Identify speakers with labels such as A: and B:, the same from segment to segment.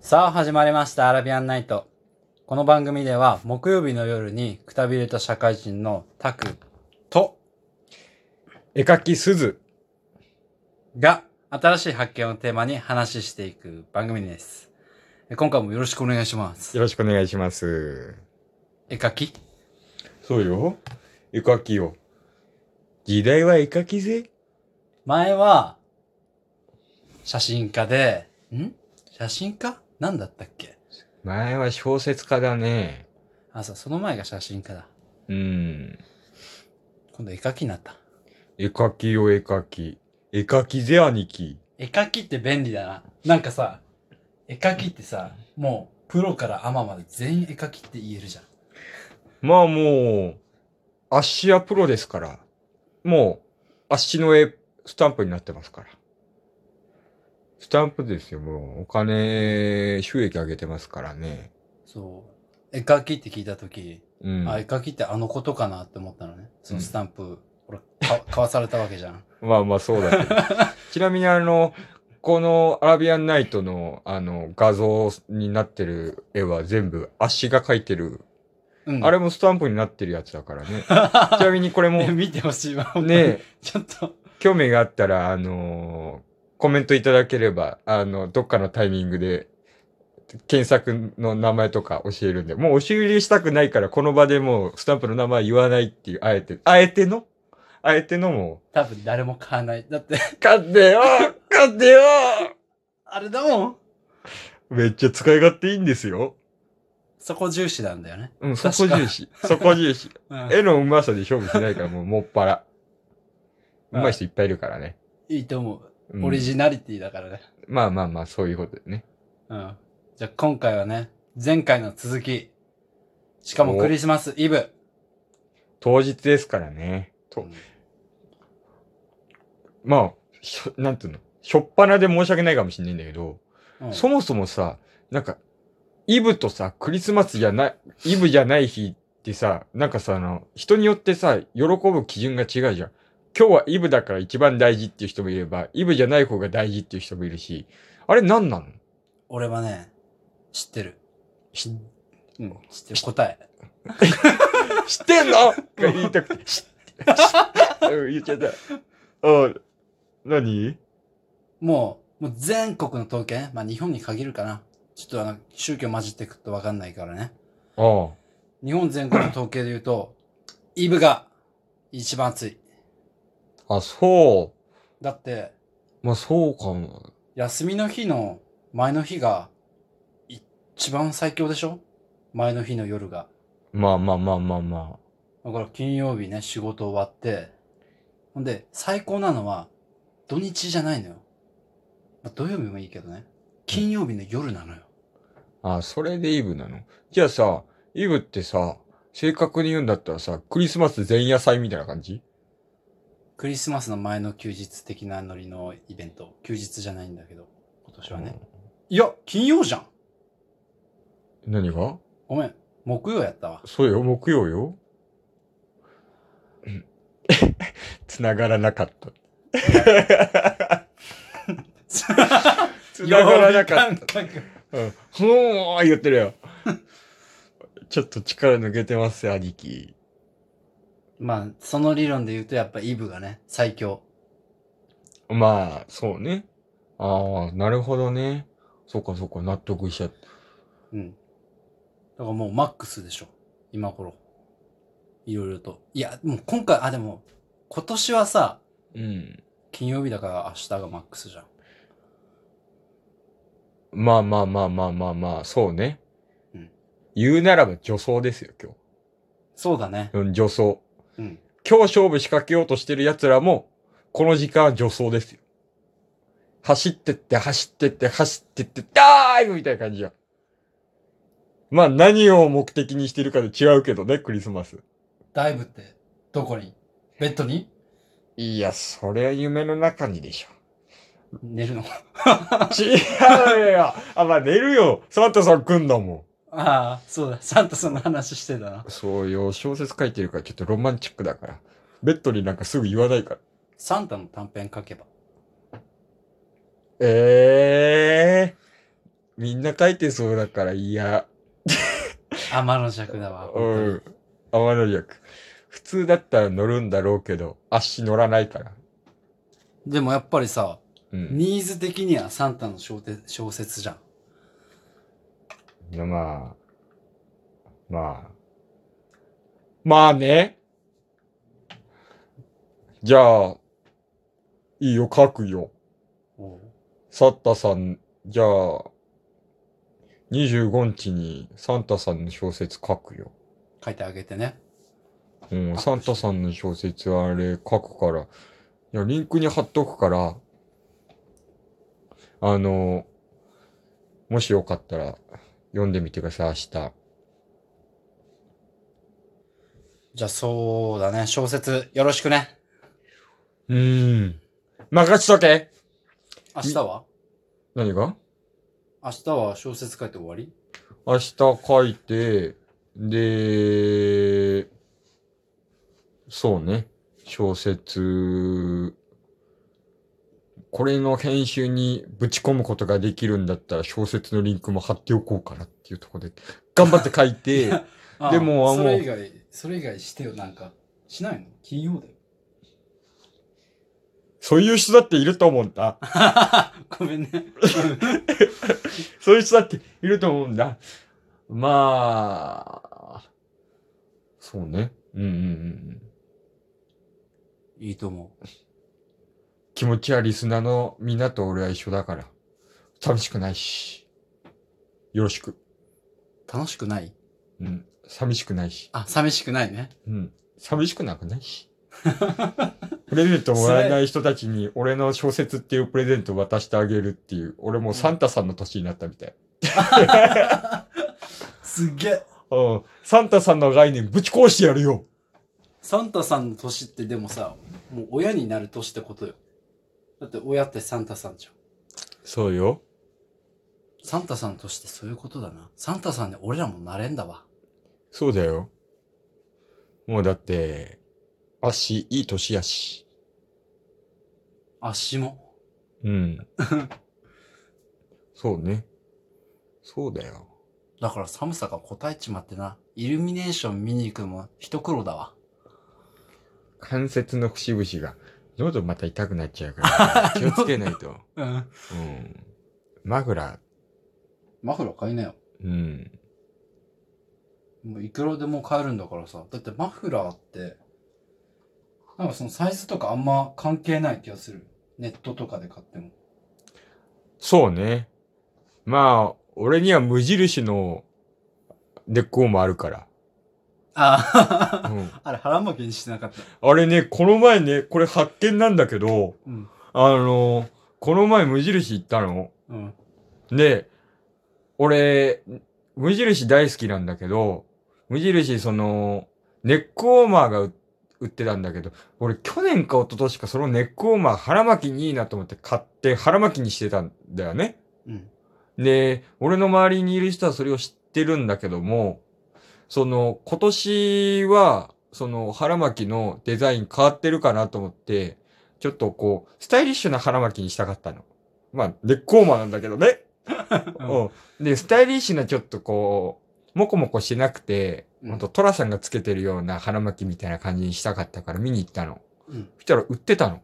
A: さあ始まりましたアラビアンナイト。この番組では木曜日の夜にくたびれた社会人のタクと
B: 絵描き鈴
A: が新しい発見をテーマに話ししていく番組です。え今回もよろしくお願いします。
B: よろしくお願いします
A: 絵描き
B: そうよ絵描きよ時代は絵描きぜ
A: 前は写真家で、ん写真家なんだったっけ
B: 前は小説家だね
A: あ、そう、その前が写真家だ。
B: うん
A: 今度絵描きになった。
B: 絵描きよ絵描き絵描きぜ兄貴
A: 絵描きって便利だな。なんかさ、絵描きってさ、もうプロからアマまで全員絵描きって言えるじゃん。
B: まあもうアッシはプロですからもうアッシの絵スタンプになってますからスタンプですよもうお金収益上げてますからね
A: そう。絵描きって聞いたとき、
B: うん
A: あ、絵描きってあのことかなって思ったのね。そのスタンプ、ほら、か 買わされたわけじゃん。
B: まあまあそうだ けど。ちなみにあの、このアラビアンナイトのあの画像になってる絵は全部足が描いてる。
A: うん。
B: あれ
A: も。
B: もスタンプになってるやつだから ね。ちなみにこれも
A: ね、見てほしいわ。本当に
B: ね、
A: ちょっと。
B: 興味があったら、あのーコメントいただければ、あの、どっかのタイミングで、検索の名前とか教えるんで、もう押し売りしたくないから、この場でもうスタンプの名前言わないっていう、あえて、あえてのあえてのも
A: 多分誰も買わない。だって、
B: う、 勝ってよ勝ってよ
A: あれだもん。
B: めっちゃ使い勝手いいんですよ。
A: そこ重視なんだよね。
B: うん、そ
A: 確
B: こ
A: か
B: 重 視。そこ重視。
A: うん。
B: 絵のうまさで勝負しないから、もうもっぱら。うまい人いっぱいいるからね。
A: いいと思う。
B: うん
A: オリジナリティだからね。
B: まあまあまあ、そういうことでね。
A: うん。じゃあ今回はね、前回の続き。しかもクリスマスイブ。
B: 当日ですからね。とまあ、しょなんていうの。しょっぱなで申し訳ないかもしんないんだけど、
A: うん
B: そもそもさ、なんか、イブとさ、クリスマスじゃない、イブじゃない日ってさ、なんかさ、あの、人によってさ、喜ぶ基準が違うじゃん。今日はイブだから一番大事っていう人もいれば、イブじゃない方が大事っていう人もいるし、あれ何なの
A: 俺はね、知ってる。
B: 知
A: うん、知ってる。答え。
B: 知ってんのとか言いたくて、知って、知ってうん言っちゃった。あ、何
A: もう、もう全国の統計、まあ日本に限るかな。ちょっとあの、宗教混じってくとわかんないからね。
B: あ
A: 日本全国の統計で言うと、イブが一番暑い。
B: あ。あ、そ
A: だって、
B: う。まあ、そうかも。
A: 休みの日の前の日が一番最強でしょ前の日の夜が。
B: まあまあまあまあま
A: だから金曜日ね、仕事終わって。ほんで、最高なのは、土日じゃないのよ。まあ、土曜日もいいけどね。金曜日の夜なのよ。
B: あ。あ、それでイブなのじゃあさ、イブってさ、正確に言うんだったらさ、クリスマス前夜祭みたいな感じ
A: クリスマスの前の休日的なノリのイベント。休日じゃないんだけど、今年はね。いや、金曜じゃん
B: うん何が
A: ごめん、木曜やった わ。
B: そうよ、木曜よ。うん 繋がらなかった。繋がらなかった。
A: た。
B: うん、ほー言ってるよ。 ちょっと力抜けてますよ、兄貴。
A: まあ、その理論で言うと、やっぱイブがね、最強。
B: まあ、そうね。ああ、なるほどね。そうかそうか、納得しちゃった。
A: うん。だからもうマックスでしょ。今頃。いろいろと。いや、もう今回、あ、でも、今年はさ、
B: うん。
A: 金曜日だから明日がマックスじゃん。
B: まあまあまあまあまあまあ、そうね。
A: うん
B: 言うならば女装ですよ、今
A: そうだね。
B: 日。うん、女装。
A: うん。
B: 今日勝負仕掛けようとしてる奴らも、この時間は助走ですよ。走ってって、走ってって、走ってって、ダーイブみたいな感じや。まあ何を目的にしてるかで違うけどね、クリスマス。
A: ダイブって、どこにベッド に
B: いや、それは夢の中にでしょ。
A: 寝るの。
B: 違うよあ、まあ寝るよサンタさん来んだも
A: ああ、そうだ。サンタさんの話してたな。
B: ん。そうよ、小説書いてるからちょっとロマンチックだから。ベッドになんかすぐ言わないから。
A: サンタの短編書けば。
B: ええみんな書いてそうだから嫌。
A: 天の弱だわ。
B: う
A: 本
B: ん。天の弱。普通だったら乗るんだろうけど、足乗らないから。
A: 当にでもやっぱりさ、
B: うん。
A: ニーズ的にはサンタの小説小説じゃん。
B: まあ、まあ。まあね。じゃあ、いいよ、書くよ。
A: おう
B: サンタさん、じゃあ、25日にサンタさんの小説書くよ。
A: 書いてあげてね。
B: うん、
A: あ
B: サンタさんの小説はあれ書くから、いや、リンクに貼っとくから、あの、もしよかったら読んでみてください、明日。
A: じゃあそうだね。小説よろしくね。
B: うーん。任しとけ
A: 明日は
B: 何が
A: 明日は小説書いて終わり
B: 明日書いて、で、そうね、小説、これの編集にぶち込むことができるんだったら小説のリンクも貼っておこうかなっていうところで、頑張って書いて、
A: ああ
B: でもあ
A: それ
B: もう
A: 以外、それ以外してよ、なんか。しないの金曜だ よ。
B: そういう人だっていると思うんだ。
A: ごめんね。
B: そういう人だっていると思うんだ。まあ、そうね。うんうんうんうん。
A: いいと思う。
B: 気持ちはリスナーのみんなと俺は一緒だから。寂しくないし。よろしく。
A: 楽しくない
B: うん。寂しくないし。
A: あ、寂しくないね。
B: うん。寂しくなくないし。 プレゼントもらえない人たちに俺の小説っていうプレゼントを渡してあげるっていう。俺もうサンタさんの年になったみたい。
A: すっげえ。
B: うん。サンタさんの概念ぶち壊してやるよ。
A: サンタさんの年ってでもさ、もう親になる年ってことよ。だって親ってサンタさんじゃん。
B: そうよ。
A: サンタさんの年ってそういうことだな。サンタさんで俺らもなれんだわ。
B: そうだよ。もうだって、足いい年やし。
A: 足も。
B: うん。 そうね。そうだよ。
A: だから寒さが答えちまってな。イルミネーション見に行くのも一苦労だわ。
B: 関節の節々が、喉また痛くなっちゃう から、気をつけないと。
A: うん。
B: うん。マフラ
A: マフラー買いなよ。
B: ー、うん。
A: もういくらでも買えるんだからさ。だってマフラーって、なんかそのサイズとかあんま関係ない気がする。ネットとかで買っても。
B: そうね。まあ、俺には無印の根っこもあるから。
A: あ
B: うん。
A: あ、あれ腹巻きにしてなかった。
B: あれね、この前ね、これ発見なんだけど、
A: うん。
B: あの、この前無印行ったの。
A: うん。
B: で、俺、無印大好きなんだけど、無印、その、ネックウォーマーが売売ってたんだけど、俺去年か一昨年かそのネックウォーマー腹巻きにいいなと思って買って腹巻きにしてたんだよね。
A: うん。
B: で、俺の周りにいる人はそれを知ってるんだけども、その、今年は、その腹巻きのデザイン変わってるかなと思って、ちょっとこう、スタイリッシュな腹巻きにしたかったの。まあ、ネックウォーマーなんだけどね。うん。で、スタイリッシュなちょっとこう、もこもこしてなくて、
A: うん
B: ほんと、トラさんがつけてるような腹巻きみたいな感じにしたかったから見に行ったの。
A: うん。
B: そしたら売ってたの。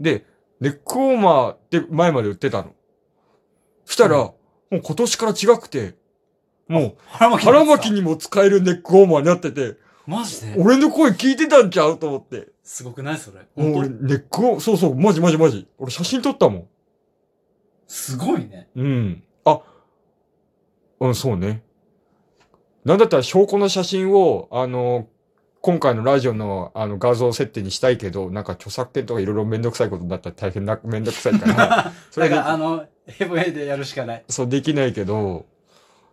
B: で、ネックウォーマーって前まで売ってたの。そしたら、
A: うん
B: もう今年から違くて、も
A: 腹
B: う
A: 巻き
B: 腹巻きにも使えるネックウォーマーになってて、
A: マジで
B: 俺の声聞いてたんちゃうと思って。
A: すごくないそれ。
B: もう俺、ネックウォーそうそう、マジマジマジ。俺写真撮ったもん。
A: すごいね。
B: うん。あ、うん、そうね。なんだったら証拠の写真を、あの、今回のラジオのあの画像設定にしたいけど、なんか著作権とかいろいろめんどくさいことになったら大変な、めんどくさいから、
A: だ
B: そ
A: か
B: れで
A: ら、、あの、ヘブヘでやるしかない。
B: そうできないけど、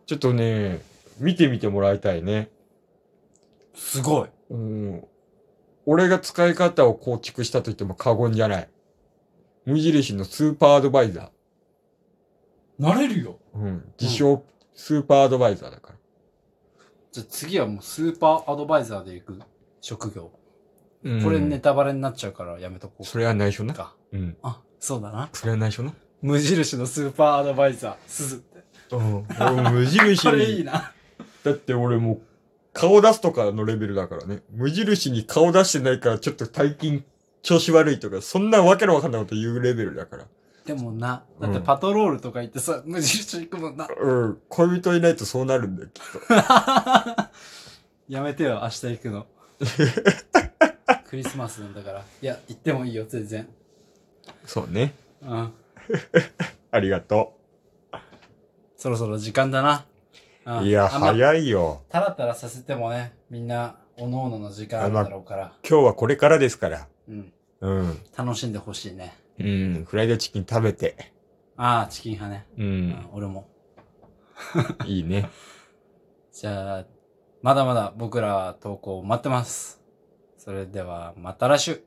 B: ちょっとね、見てみてもらいたいね。
A: すごい。
B: うん。俺が使い方を構築したと言っても過言じゃない。無印のスーパーアドバイザ
A: なれるよ。
B: ー。うん。自称、スーパーアドバイザーだから。
A: じゃあ次はもうスーパーアドバイザーで行く職業。
B: うん
A: これネ。タバレになっちゃうからやめとこ
B: それは内緒
A: う
B: な。
A: か。
B: うん。
A: あ、そうだな。
B: それは内緒な。
A: 無印のスーパーアドバイザー、鈴って。
B: うん。俺も無印
A: それいい
B: に。
A: な。
B: だって俺もう顔出すとかのレベルだからね。無印に顔出してないからちょっと最近調子悪いとか、そんなわけのわかんないこと言うレベルだから。
A: でもな、
B: うん
A: だってパトロールとか行ってさ、無印行くもんな。
B: うん。恋人いないとそうなるんだよ、きっ
A: やめてよ、明日行く の。クリスマスなんだから。いや、行ってもいいよ、全然。
B: と。そうね。
A: うん。
B: ありがと
A: そろそろ時間だな。うん
B: う。いや、
A: あんま
B: 早いよ。
A: たらたらさせてもね、みんな、おののの時間あるだろうから、
B: 今日はこれからですから。
A: うん。
B: うん。
A: 楽しんでほしいね。
B: うん。フライドチキン食べて。
A: ああ、チキン派ね。
B: う
A: うんん、。俺も。
B: いいね。
A: じゃあ、まだまだ僕らは投稿待ってます。それでは、また来週